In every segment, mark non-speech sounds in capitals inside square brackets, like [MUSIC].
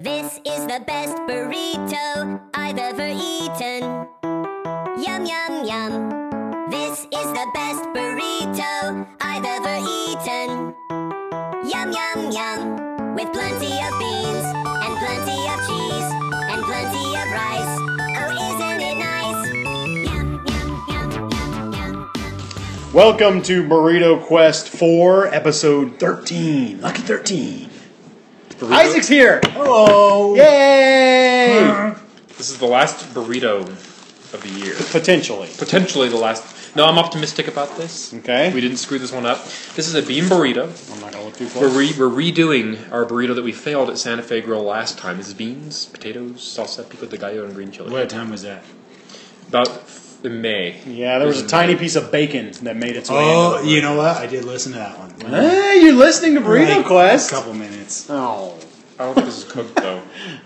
This is the best burrito I've ever eaten. Yum, yum, yum. This is the best burrito I've ever eaten. Yum, yum, yum. With plenty of beans, and plenty of cheese, and plenty of rice. Oh, isn't it nice? Yum, yum, yum, yum, yum. Welcome to Burrito Quest 4, episode 13. Lucky 13. Isaac's here! Hello. Yay! This is the last burrito of the year. Potentially. Potentially the last. No, I'm optimistic about this. Okay. We didn't screw this one up. This is a bean burrito. I'm not gonna look too We're, close. re- we're redoing our burrito that we failed at Santa Fe Grill last time. This is beans, potatoes, salsa, pico de gallo, and green chili. What time was that? About f- in May. Yeah, there was a tiny piece of bacon that made its way Oh, into you know what? I did listen to that one. the Hey, you're listening to Burrito Like, Quest? A couple minutes. Oh. I don't think this is cooked though.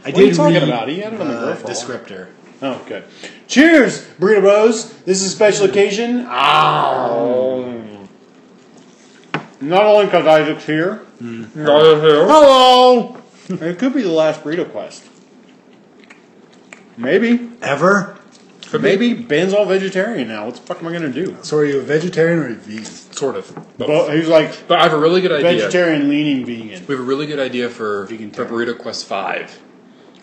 I What are you did talking read, about? He had it on the grill uh, for a descriptor. Oh, good. Cheers, Burrito Bros. This is a special occasion. Ow. Not only because Isaac's here. Hello! it could be the last Burrito Quest. Maybe. Ever? Could be. Maybe Ben's all vegetarian now. What the fuck am I gonna do? So are you a vegetarian or a vegan? sort of. But he's like But I have a really good idea. vegetarian leaning vegan. We have a really good idea for, Vegan for terror. Burrito Quest Five.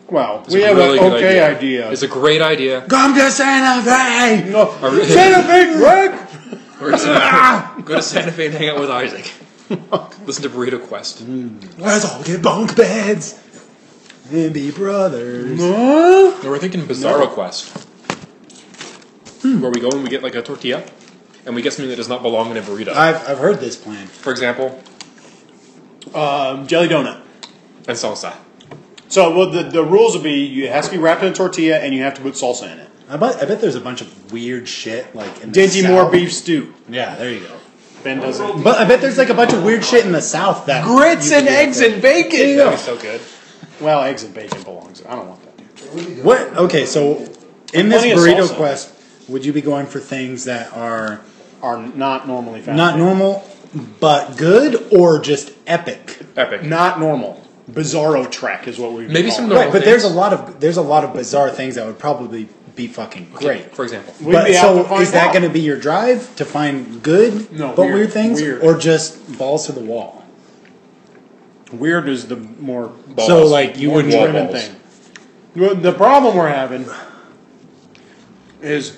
Wow, It's we a have really an good okay idea. It's a great idea. Come to Santa Fe! no, [LAUGHS] really- Santa Fe wreck. We're just Ah! gonna go to Santa Fe and hang out with [LAUGHS] Isaac. Listen to Burrito Quest. Mm. Let's all get bunk beds and be brothers. Huh? No, we're thinking Bizarro No. Quest. Hmm. Where we go and we get like a tortilla, and we get something that does not belong in a burrito. I've, I've heard this plan. For example, Um, jelly donut. and salsa. So well, the the rules would be it has to be wrapped in a tortilla and you have to put salsa in it. I bet, I bet there's a bunch of weird shit like in the Dinty South. Moore beef stew. Yeah, there you go. Ben does it. But I bet there's like a bunch of weird shit in the South that you can do that. bacon. That'd be so good. Well, eggs and bacon belongs. I don't want that. What? Okay, so in this Plenty of burrito salsa. quest, would you be going for things that are Are not normally found. not normal but good, or just epic? Epic. Not normal. Bizarro track is what we. would Maybe call some it. normal Right, but there's a things. lot of there's a lot of bizarre things that would probably be fucking great. For example, We'd but be out so to find is that out. going to be your drive to find good No, but weird, weird, things, weird. or just balls to the wall? Weird is the more Balls. So like you more wouldn't driven balls. thing. Well, The problem we're having is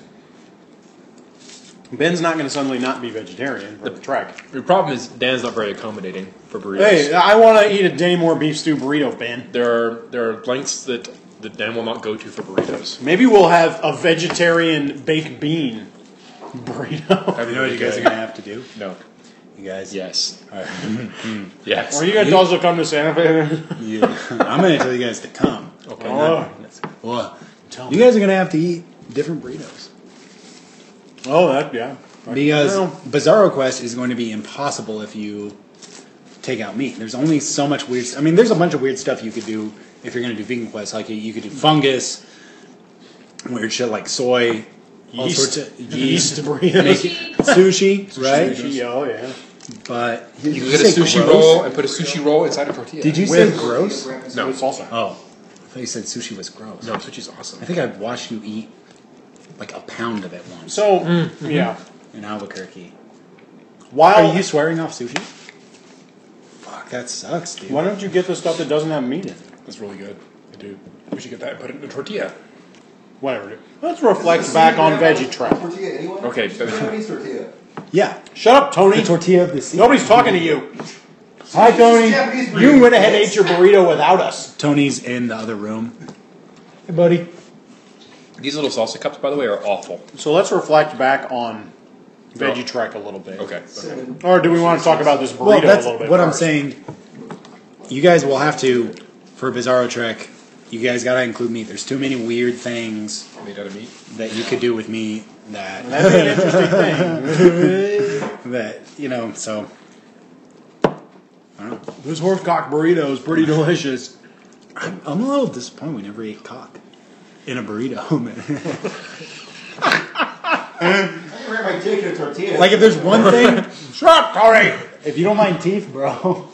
Ben's not going to suddenly not be vegetarian for the track. the problem is Dan's not very accommodating for burritos. uh, Hey, I want to eat a Danny Moore beef stew burrito, Ben. There are there are lengths that that Dan will not go to for burritos. Maybe we'll have a vegetarian baked bean burrito. That'd be You know what really you guys good. are going to [LAUGHS] have to do? No. You guys, Yes. All right. Yes. Are you guys also come to Santa Fe? You- [LAUGHS] I'm going to tell you guys to come. okay. oh, Well, tell you guys are going to have to eat different burritos. oh, that yeah. Because Well, Bizarro Quest is going to be impossible if you take out meat. There's only so much weird. I mean, there's a bunch of weird stuff you could do if you're going to do vegan quest. Like you could do fungus, weird shit like soy, all yeast, sorts of yeast yeast, burritos. sushi, right? Sushi, oh yeah. But You could get a sushi roll and put a sushi roll inside a tortilla. Did you With- say gross? No. With salsa. Oh, I thought you said sushi was gross. No, sushi's awesome. I think I've watched you eat like a pound of it once So yeah. in Albuquerque. While Mm-hmm. Are you swearing off sushi? Fuck, that sucks, dude. why don't you get the stuff that doesn't have meat in it? That's really good. I do. We should get that and put it in a tortilla. Whatever. dude. Let's reflect back on Veggie Trap. Tortilla, anyone? Okay, but- Chinese tortilla. Yeah. Shut up, Tony. The tortilla of the sea. Nobody's talking to you. Hi, Tony. Japanese You burrito. went ahead and ate your burrito without us. Tony's in the other room. Hey, buddy. These little salsa cups, by the way, are awful. So let's reflect back on Veggie Trek a little bit. Okay. Cinnamon. Or do we want to talk about this burrito Well, a that's little bit? what I'm first? saying. You guys will have to, for Bizarro Trek, you guys gotta include meat. There's too many weird things Made out of meat. that you could do with meat that, That'd be an interesting thing. [LAUGHS] that you know, so. This horse cock burrito is Mm-hmm. pretty delicious. I'm, I'm a little disappointed we never ate cock in a burrito, [LAUGHS] man. I can wrap my dick in a tortilla. like, if there's one thing, Shut up, Tony. [LAUGHS] if you don't mind teeth, bro.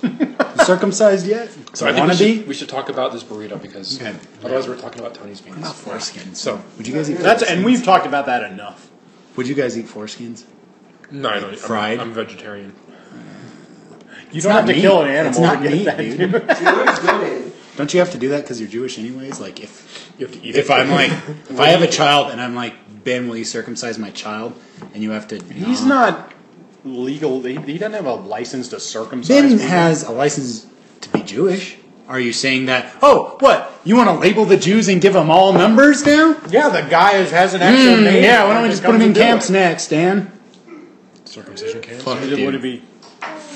circumcised yet? So I think wanna we should, be? we should talk about this burrito because Okay. otherwise we're talking about Tony's penis. Not foreskins. So Would you guys eat? That's and foreskins? we've talked about that enough. Would you guys eat foreskins? no, I don't. Fried? I'm, I'm vegetarian. You don't have to kill an animal It's not to get meat, that. dude. See, what is donated? Don't you have to do that because you're Jewish anyways? Like if You have to eat it. if I'm like [LAUGHS] if I have a child and I'm like Ben, will you circumcise my child? And you have to. He's not legal. He, he doesn't have a license to circumcise. Ben people. has a license to be Jewish. Are you saying that? Oh, what? You want to label the Jews and give them all numbers now? Yeah, the guy is, has an actual Hmm, name. yeah, why don't we It just put them comes in to do camps it. next, Dan? circumcision camp. Fuck, Would it- Would it dude. be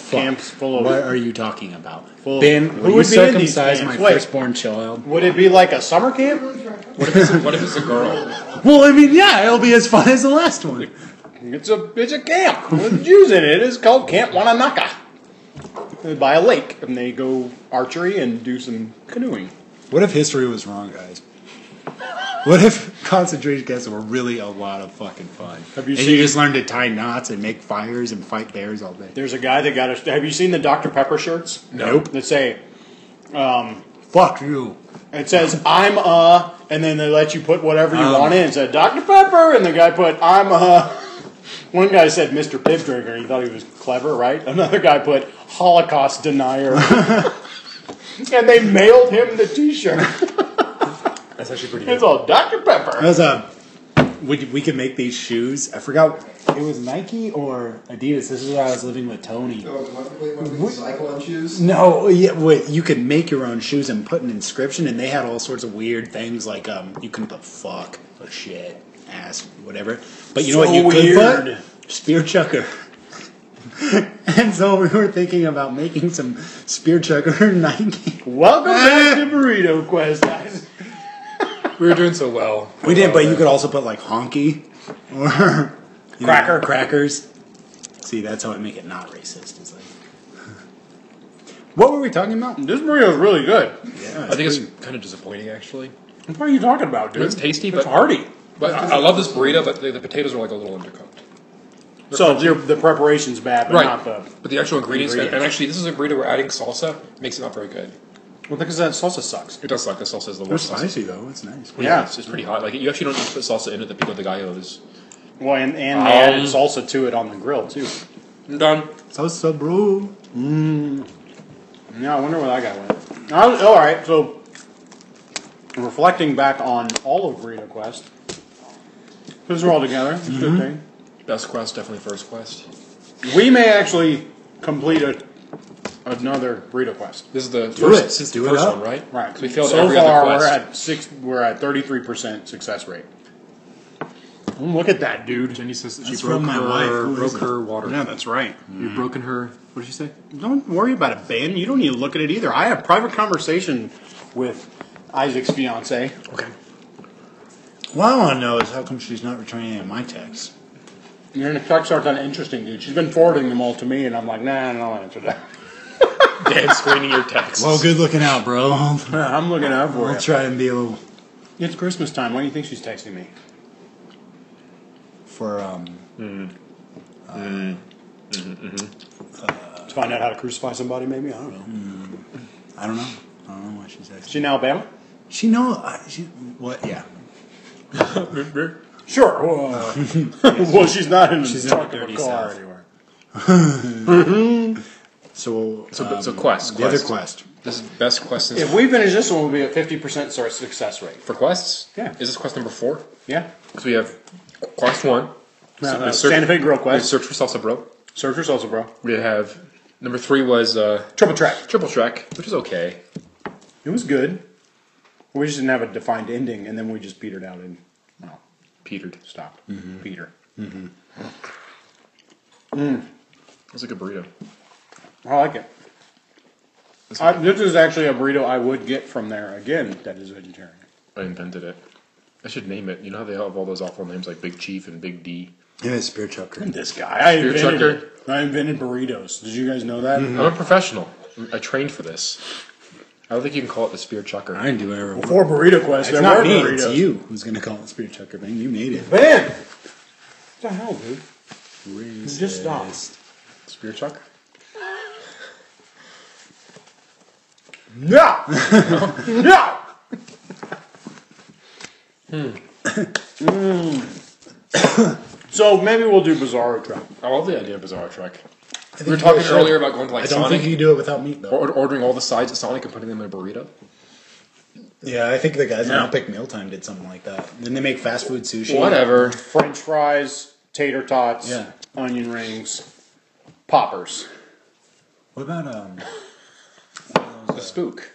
camps full of? What are you talking about? Well, ben, who will you would be in these circumcise my camps? Wait. firstborn child? Would it be like a summer camp? What if it's, what if it's a girl? Well, I mean, yeah, it'll be as fun as the last one. It's a it's a [LAUGHS] camp with Jews in it. It's called Camp Wananaka. They're By a lake, and they go archery and do some canoeing. What if history was wrong, guys? What if concentration camps were really a lot of fucking fun? Have you and seen- you just learn to tie knots and make fires and fight bears all day? There's a guy that got a. Have you seen the Dr Pepper shirts? Nope. That say Fuck you. it says I'm uh, and then they let you put whatever you want in. It said Dr Pepper, and the guy put I'm uh. [LAUGHS] One guy said Mr Pip Drinker. He thought he was clever, right? Another guy put Holocaust [LAUGHS] denier. And they mailed him the T-shirt. That's actually pretty It's good. all Dr. Pepper. That was a. We, we could make these shoes. I forgot. It was Nike or Adidas. This is where I was living with Tony. So, what- wait, what- wait, cycle and shoes? No, yeah, wait, you could make your own shoes and put an inscription, and they had all sorts of weird things like um, you couldn't put fuck or shit, ass, whatever. But you know So what you weird. could put? Spear chucker. [LAUGHS] and so we were thinking about making some spear chucker [LAUGHS] Nike. Welcome back to Burrito Quest, guys. We were doing so well. We did, but you could also put like honky or [LAUGHS] you know, Cracker. crackers. See, that's how I make it not racist. Is like, what were we talking about? This burrito is really good. Yeah, I think it's kind of disappointing actually. What are you talking about, dude? It's tasty, It's but- hearty. But I, I love this burrito, but the, the potatoes are like a little undercooked. So your, the preparation's bad, but Right, not the. but the actual ingredients, and- and Ingredients. actually, this is a burrito we're adding salsa, makes it not very good. Well, because that salsa sucks. It does suck. The salsa is the They're worst. Salsa. spicy though. It's nice. Yeah. It's, it's pretty hot. Like you actually don't need to put salsa in it. The pico de gallo is Well, and, and Um, they added salsa to it on the grill too. done. Salsa, bro. Yeah, I wonder where that guy went. I was- all right, so reflecting back on all of Burrito Quest, because we're all together, it's a good thing. Best quest, definitely first quest. We may actually complete a, another Burrito Quest. This is the first, it. Since Do the it first up. one, right? Right. So we failed so every far, other quest. we're at six. We're at thirty-three percent success rate. Mm, Look at that, dude. Jenny says that That's she broke from my her, wife. Who is broke it? her water. Yeah, that's right. Mm-hmm. You've broken her. What did she say? Don't worry about it, Ben. You don't need to look at it either. I had a private conversation with Isaac's fiance. Okay. What I want to know is how come she's not returning any of my texts. Your texts aren't that interesting, dude. She's been forwarding them all to me, and I'm like, nah, I don't answer that. [LAUGHS] Dan screening your texts. Well, good looking out, bro. [LAUGHS] I'll, I'm looking out for I'll it. try and be a little It's Christmas time. Why do you think she's texting me? for um. To find out how to crucify somebody, maybe. I don't know. I don't know. I don't know why she's asking. Is she in Alabama? She know. I she what? Yeah. Sure. [LAUGHS] Well, well she's not in She's the in the trunk of a dirty car south. anywhere. So So, um, so quest. the other quest. quest. This is best quest since If we finish this one, we'll be at fifty percent success rate. for quests. Yeah. Is this quest number four? Yeah. So we have quest one. No, So no, we search- Santa Fe Grill We Quest. search for salsa, bro. Search for salsa, bro. We have number three was uh, Triple track. triple track, which is okay. It was good. We just didn't have a defined ending, and then we just petered out and well, Petered. stopped. Peter. That's like a burrito. I like it. I, this is actually a burrito I would get from there again. That is vegetarian. I invented it. I should name it. You know how they have all those awful names like Big Chief and Big D. Yeah, spear chucker. This guy, I Beer invented. trucker. it. I invented burritos. Did you guys know that? I'm a professional. I trained for this. I don't think you can call it the spear chucker. I didn't do whatever. Before burrito quest, It's there not were me. burritos. It's you who's gonna call it spear chucker, man. You made it. Man, what the hell, dude? Just stop. Spear chucker. [LAUGHS] No! no! Hmm. [COUGHS] So maybe we'll do Bizarro Trap. I love the idea of Bizarro Trek. We were talking earlier about going to like I don't Sonic, think you can do it without meat, though. or, ordering all the sides at Sonic and putting them in a burrito. Yeah, I think the guys Yeah. at Olympic Mealtime did something like that. Then they make fast food sushi. Whatever. French fries, tater tots, Yeah. onion rings, poppers. What about um? [LAUGHS] The spook.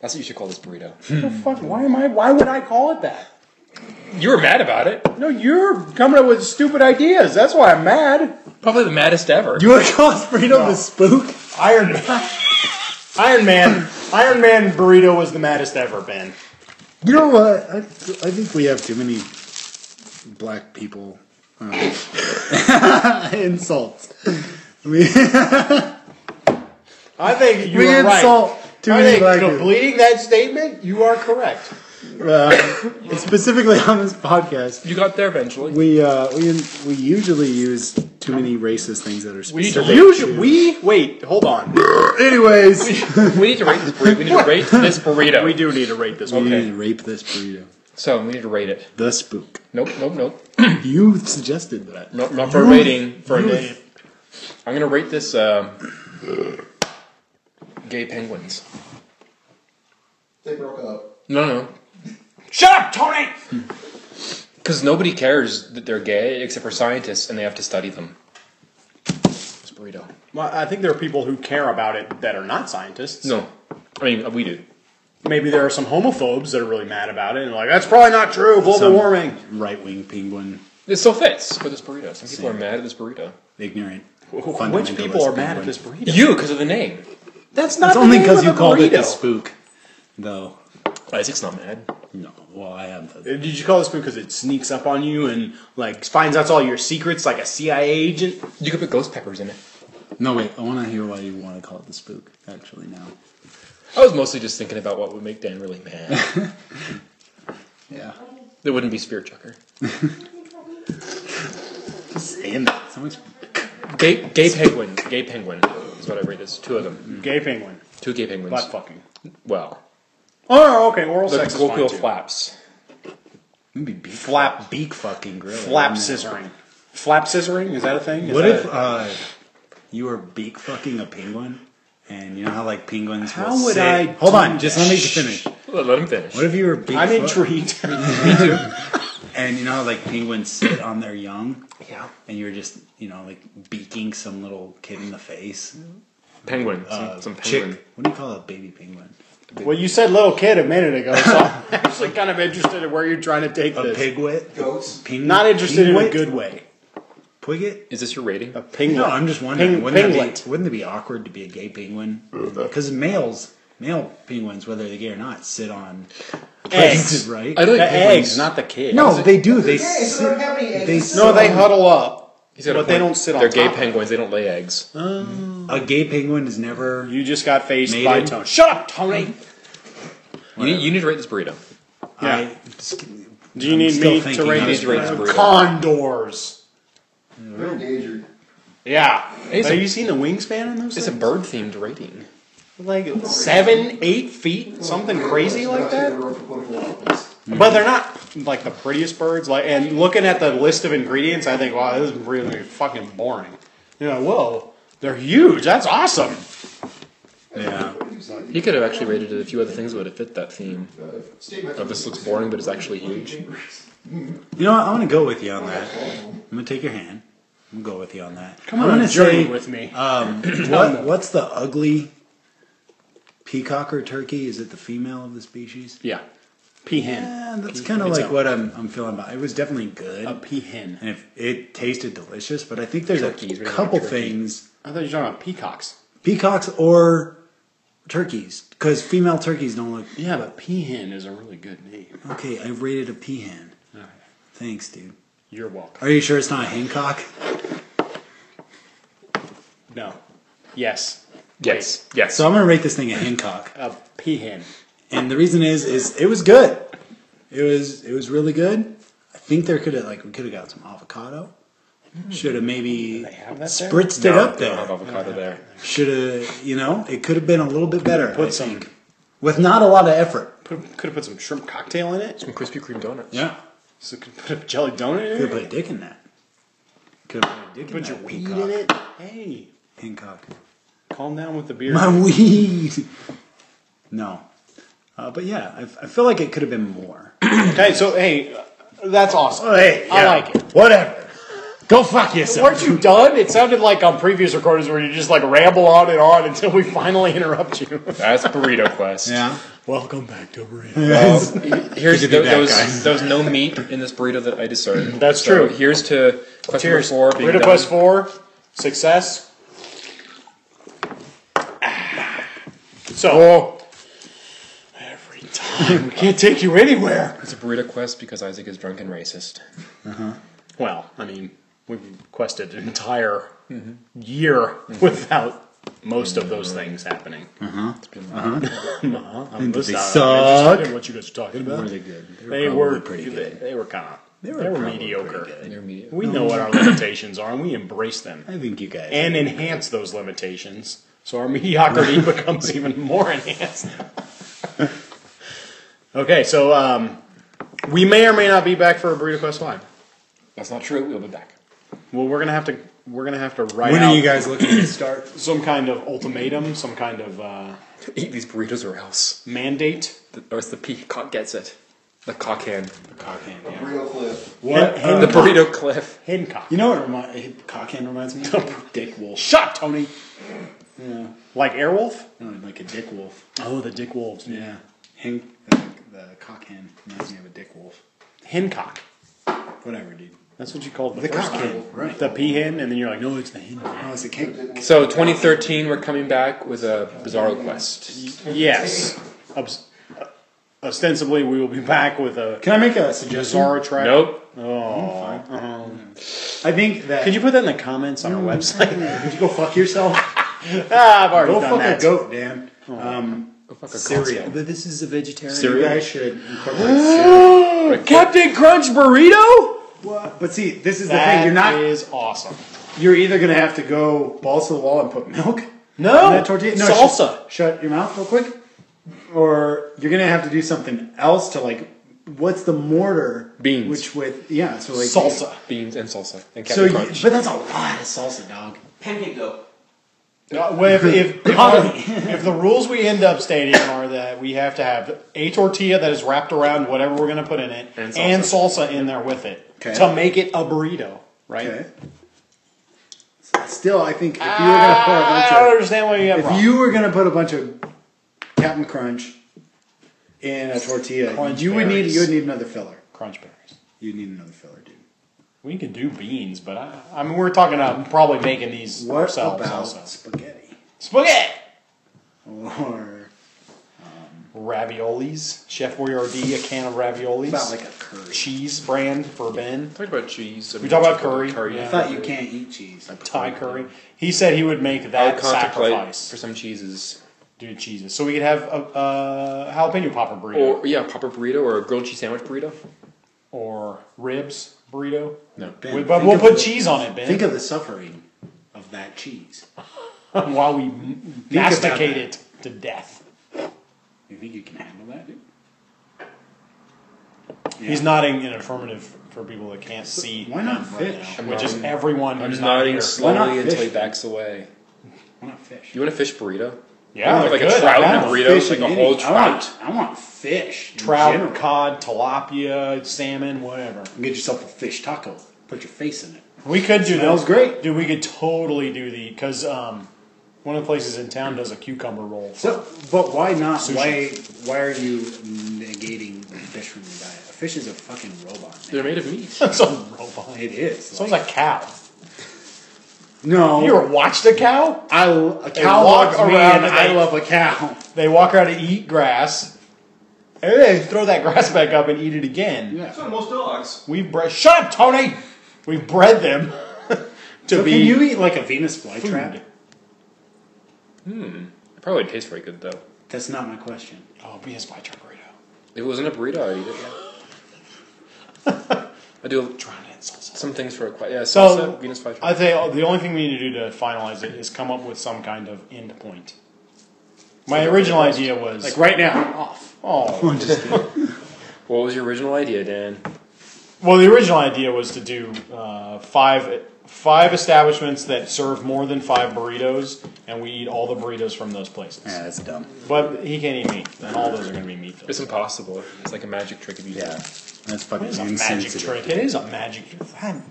That's what you should call this burrito. [LAUGHS] The fuck, why am I? Why would I call it that? you were mad about it. No, you're coming up with stupid ideas. That's why I'm mad. Probably the maddest ever. You want to call it burrito the spook? [LAUGHS] Iron Man. Iron Man. Iron Man burrito was the maddest ever been. You know what? I, I think we have too many black people um, [LAUGHS] insults. [LAUGHS] We, I think you we are insult right. too I many think black people. completing that statement, you are correct. Um, specifically on this podcast, You got there eventually. we uh, we we usually use too many racist things that are need specific. to Usually, we wait. Hold on. [LAUGHS] Anyways, we need to rate this burrito. We need to [LAUGHS] rate this burrito. We do need to rate this one. we Okay. need to rape this burrito. So we need to rate it. The spook. Nope, nope, nope. You suggested that. Nope, not for rating. For a name. I'm gonna rate this. Uh, gay penguins. They broke up. No, no. Shut up, Tony. Because nobody cares that they're gay except for scientists, and they have to study them. This burrito. Well, I think there are people who care about it that are not scientists. No, I mean we do. Maybe there are some homophobes that are really mad about it and like that's probably not true. Global warming. Right wing penguin. It still fits with this burrito. Some people are mad at this burrito. Ignorant. Which people are mad at this burrito? You, because of the name. That's not It's the only name because of you the called it burrito. the spook, though. Isaac's not mad. No, well, I am. The, Did you call this spook because it sneaks up on you and like finds out all your secrets like a CIA agent? You could put ghost peppers in it. no, wait. I want to hear why you want to call it the spook. Actually, now. I was mostly just thinking about what would make Dan really mad. Yeah. It wouldn't be Spirit Chucker. Saying that. Someone's Gay, gay penguin. Gay penguin is what I rate this. Two of them. Gay penguin. Two gay penguins. Butt fucking. Well, Oh, okay. Oral the sex is fine colloquial too. flaps. maybe beak Flap- beak fucking gorilla. Flap wouldn't it? scissoring. Flap scissoring is that a thing? Is What that if a- uh, you were beak fucking a penguin, and you know how like penguins? How will would sit- I Hold do on, just let me that? finish. Let let him finish. What if you were beak? I'm fuck- intrigued. And you know how like penguins sit on their young, yeah. and you were just you know like beaking some little kid in the face. Penguin. Some, Uh, some penguin. chick. What do you call a baby penguin? well, you said little kid a minute ago, so [LAUGHS] I'm actually kind of interested in where you're trying to take A this. pigwit. Goats. Ping- Not interested in pingwit? a good way. Pigwit. Is this your rating? A pinglet. No, I'm just wondering. Ping- wouldn't, pinglet. It be, wouldn't it be awkward to be a gay penguin? Because males, male penguins, whether they're gay or not, sit on [LAUGHS] places, [LAUGHS] eggs. right? I don't The think penguins- eggs, not the kid. no, they do. They They're gay, so they sit. don't have any eggs. they to sit no, on. they huddle up. He's got a But they point. don't sit on They're gay top. penguins. They don't lay eggs. A gay penguin is never. You just got faced Made by in- Tony. Shut up, Tony. You need, you need to rate this burrito. I, Do you I'm need still me to thinking rate I these was right. burritos? condors? They're endangered. Yeah. it's Have a- you seen the wingspan in those? It's a things? bird themed rating. like seven, eight feet, something crazy like that. that? But they're not like the prettiest birds. Like, and looking at the list of ingredients, I think, wow, this is really fucking boring. You know, whoa, they're huge. That's awesome. yeah. He could have actually rated it a few other things that would have fit that theme. Statement. Oh, this looks boring, but it's actually huge. You know what? I'm going to go with you on that. I'm going to take your hand. I'm going to go with you on that. Come on a journey with me. [CLEARS THROAT] Um, what, what's the ugly peacock or turkey? Is it the female of the species? Yeah. Peahen, Yeah, that's kind of It's like a- what I'm, I'm feeling about. It was definitely good. a peahen. and if it tasted delicious. But I think there's Turkey is a really couple good turkey. things I thought you were talking about peacocks. peacocks or turkeys because female turkeys don't look Yeah, but peahen is a really good name. okay. I rated a peahen. Alright. Thanks, dude. You're welcome. Are you sure it's not a hencock? No. Yes. Yes. Yes. So I'm gonna rate this thing a hencock, A peahen. and the reason is is it was good. It was it was really good. I think there could have like we could have got some avocado. Should have maybe They have that there? spritzed No, it up they don't have there. avocado there. Should have you know it could have been a little bit better. I Put some think. with not a lot of effort. Put, could have put some shrimp cocktail in it. Some Krispy Kreme donuts. Yeah, So could put a jelly donut in could it. have put a dick in that. Could have put a dick in Put that. your weed Hancock. in it. Hey, Hancock. calm down with the beer. My weed. No, uh, but yeah, I, I feel like it could have been more. Okay, so hey, uh, that's awesome. hey, I like it. Whatever. Go fuck [LAUGHS] yourself. Weren't you done? It sounded like on previous recordings where you just like ramble on and on until we finally interrupt you. [LAUGHS] That's Burrito Quest. Yeah. Welcome back to Burrito. Here's th- Could be that there, was, guy. there was no meat in this burrito that I deserved. [CLEARS THROAT] That's So true. Here's to Quest number Cheers. Four. being Burrito done. Quest 4, success. So. Every time. We can't take you anywhere. It's a Burrito Quest because Isaac is drunk and racist. Well, I mean, we've requested an entire year without most of those things happening. Uh-huh. I'm did they just suck? interested in what you guys are talking about. Were they good? They probably were pretty they- good. They were kind of. They were, probably mediocre. pretty good. They're media. We know what our limitations are, and we embrace them. I think you guys. and enhance those limitations. So our [LAUGHS] mediocrity becomes even more enhanced. [LAUGHS] okay, so um, we may or may not be back for a burrito quest live. That's not true. We'll be back. Well, we're gonna have to we're gonna have to write when out are you guys looking to start? some kind of ultimatum, some kind of uh, Eat these burritos or else. mandate. The, or it's the peacock gets it. The cock hand. Real cliff. What? The burrito cliff. Hancock. Uh, You know what remi- cockhand reminds me [LAUGHS] of? Dick Wolf. Shut, Tony. Like Airwolf? No, like a Dick Wolf. Oh, the Dick Wolves. Yeah. Hank, the, the cockhand reminds me of a Dick Wolf. Hancock. Whatever, dude. That's what you called the, The first cockhand, one. right. The peahen, and then you're like, no, it's the [LAUGHS] hen. Oh, it's a king. So 2013, we're coming back with a Bizarro Quest. Yes. Obs- ostensibly, we will be back with a Can I make a suggestion? Zara track. Nope. I think that. Could you put that in the comments on our website? [LAUGHS] could you [LAUGHS] go fuck yourself? ah, I've already go done fuck that. Oh, a goat, Dan. Fuck a Cereal. cock. But this is a vegetarian. Cereal? You guys should incorporate [GASPS] cereal. Captain Crunch burrito. What? But see, this is the That thing. You're not. is awesome. You're either gonna have to go balls to the wall and put milk. No, on that tortilla. No, salsa. Shut, shut your mouth real quick, or you're gonna have to do something else to like. What's the mortar? Beans. Which with yeah, so like Salsa. Beans and salsa. And Captain So, you, Crunch. but that's a lot of salsa, dog. Pemmigo. No, well, if, if, if, our- if the rules we end up stating are that we have to have a tortilla that is wrapped around whatever we're going to put in it and And salsa. salsa. in there with it Okay. to make it a burrito, right? Okay. Still, I think if you were gonna put a bunch Ah, I of don't understand why you got If wrong. you were gonna put a bunch of Captain Crunch in a tortilla, Crunch you would need berries. you would need another filler. Crunch berries. You'd need another filler, dude. We can do beans, but I, I mean, we're talking about probably making these What ourselves about also. spaghetti Spaghetti! or Raviolis. Chef Boyardee, a can of raviolis. about like a curry? cheese brand for Ben. talked about cheese. We talked about curry. I Yeah. thought you can't eat cheese. Thai curry. He said he would make I that would contemplate sacrifice. for some cheeses. Dude, cheeses. So we could have a, a jalapeno popper burrito Or, yeah, papa burrito or a grilled cheese sandwich burrito. or, ribs burrito. No. Ben, We- but think we'll of put the- cheese on it, Ben, Think of the suffering of that cheese. while we about masticate that. it to death. You think you can handle that, dude? He's nodding in affirmative for people that can't see. Why not him right fish? now, which is everyone I'm who's just not nodding here. Why slowly not until he fish? backs away. Why not fish? You want a fish burrito? Yeah, Like a good. trout I and a want burrito, Fish like in a any- whole I want, I want fish. in trout, general. cod, tilapia, salmon, whatever. Get yourself a fish taco. Put your face in it. We could do Smells those. great. dude. We could totally do the because um, one of the places in town does a cucumber roll. [LAUGHS] So, but why not? Sushi. Why why are you negating fish from your diet? A fish is a fucking robot. Man. They're made of [LAUGHS] meat. That's a robot. It is. Sounds Like, like cow. no, Have you ever watched a cow? I l- a They cow walk walks me, around and and I they- love a cow. They walk around and eat grass, and then they throw that grass back up and eat it again. Yeah. So most dogs. We've bred. Shut up, Tony. We've bred them [LAUGHS] to So be. can you eat like a Venus flytrap? food. It probably tastes very good though. That's not my question. Oh, be his by burrito. If it wasn't a burrito, I'd eat it. Yeah. [LAUGHS] I do Drown it in salsa. some things for a que- yeah salsa, So Venus flytrap. I think the only thing we need to do to finalize it is come up with some kind of end point. My original idea was Like right now. off. Oh, I'm [LAUGHS] just kidding. What was your original idea, Dan? well, the original idea was to do uh, five five establishments that serve more than five burritos, and we eat all the burritos from those places. Yeah, that's dumb. But he can't eat meat, and all those are going to be meat. It's impossible. It's like a magic trick if you do Yeah, it. that's fucking It is a magic insensitive. trick. It is a magic trick. I'm-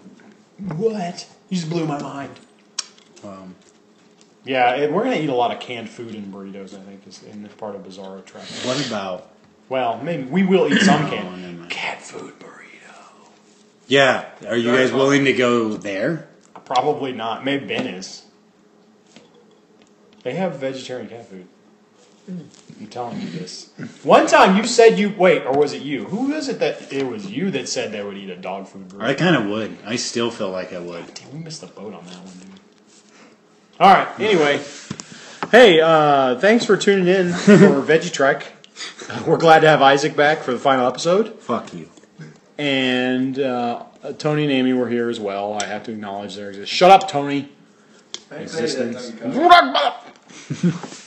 What? You just blew my mind. Um, Yeah, and we're going to eat a lot of canned food and burritos, I think, is in this part of Bizarro Track. what about? Well, maybe we will eat [COUGHS] some Oh, never mind. canned cat food burrito. Yeah, are you guys willing to go there? Probably not. Maybe Ben is. They have vegetarian cat food. I'm telling you this. One time you said you wait, or was it you? Who is it that it was you that said they would eat a dog food burrito? I kind of would. I still feel like I would. Damn, we missed the boat on that one, dude. All right. Anyway, hey, uh, thanks for tuning in for [LAUGHS] Veggie Trek. We're glad to have Isaac back for the final episode. Fuck you. and uh, Tony and Amy were here as well. I have to acknowledge their existence. Shut up, Tony. Existence. [LAUGHS]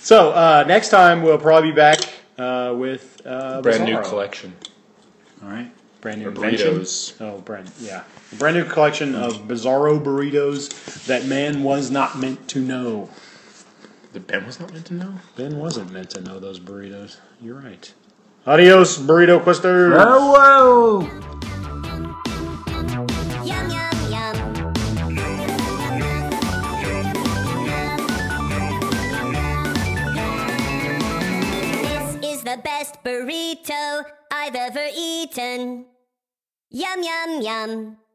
So uh, next time we'll probably be back uh, with uh, Brand new Bizarro. collection. All right. brand new Or invention. burritos. Oh, brand yeah, brand new collection of Bizarro burritos that man was not meant to know. The Ben was not meant to know. Ben wasn't meant to know those burritos. You're right. Adios, burrito questers. whoa. Yum, yum, yum. This is the best burrito I've ever eaten. Yum, yum, yum.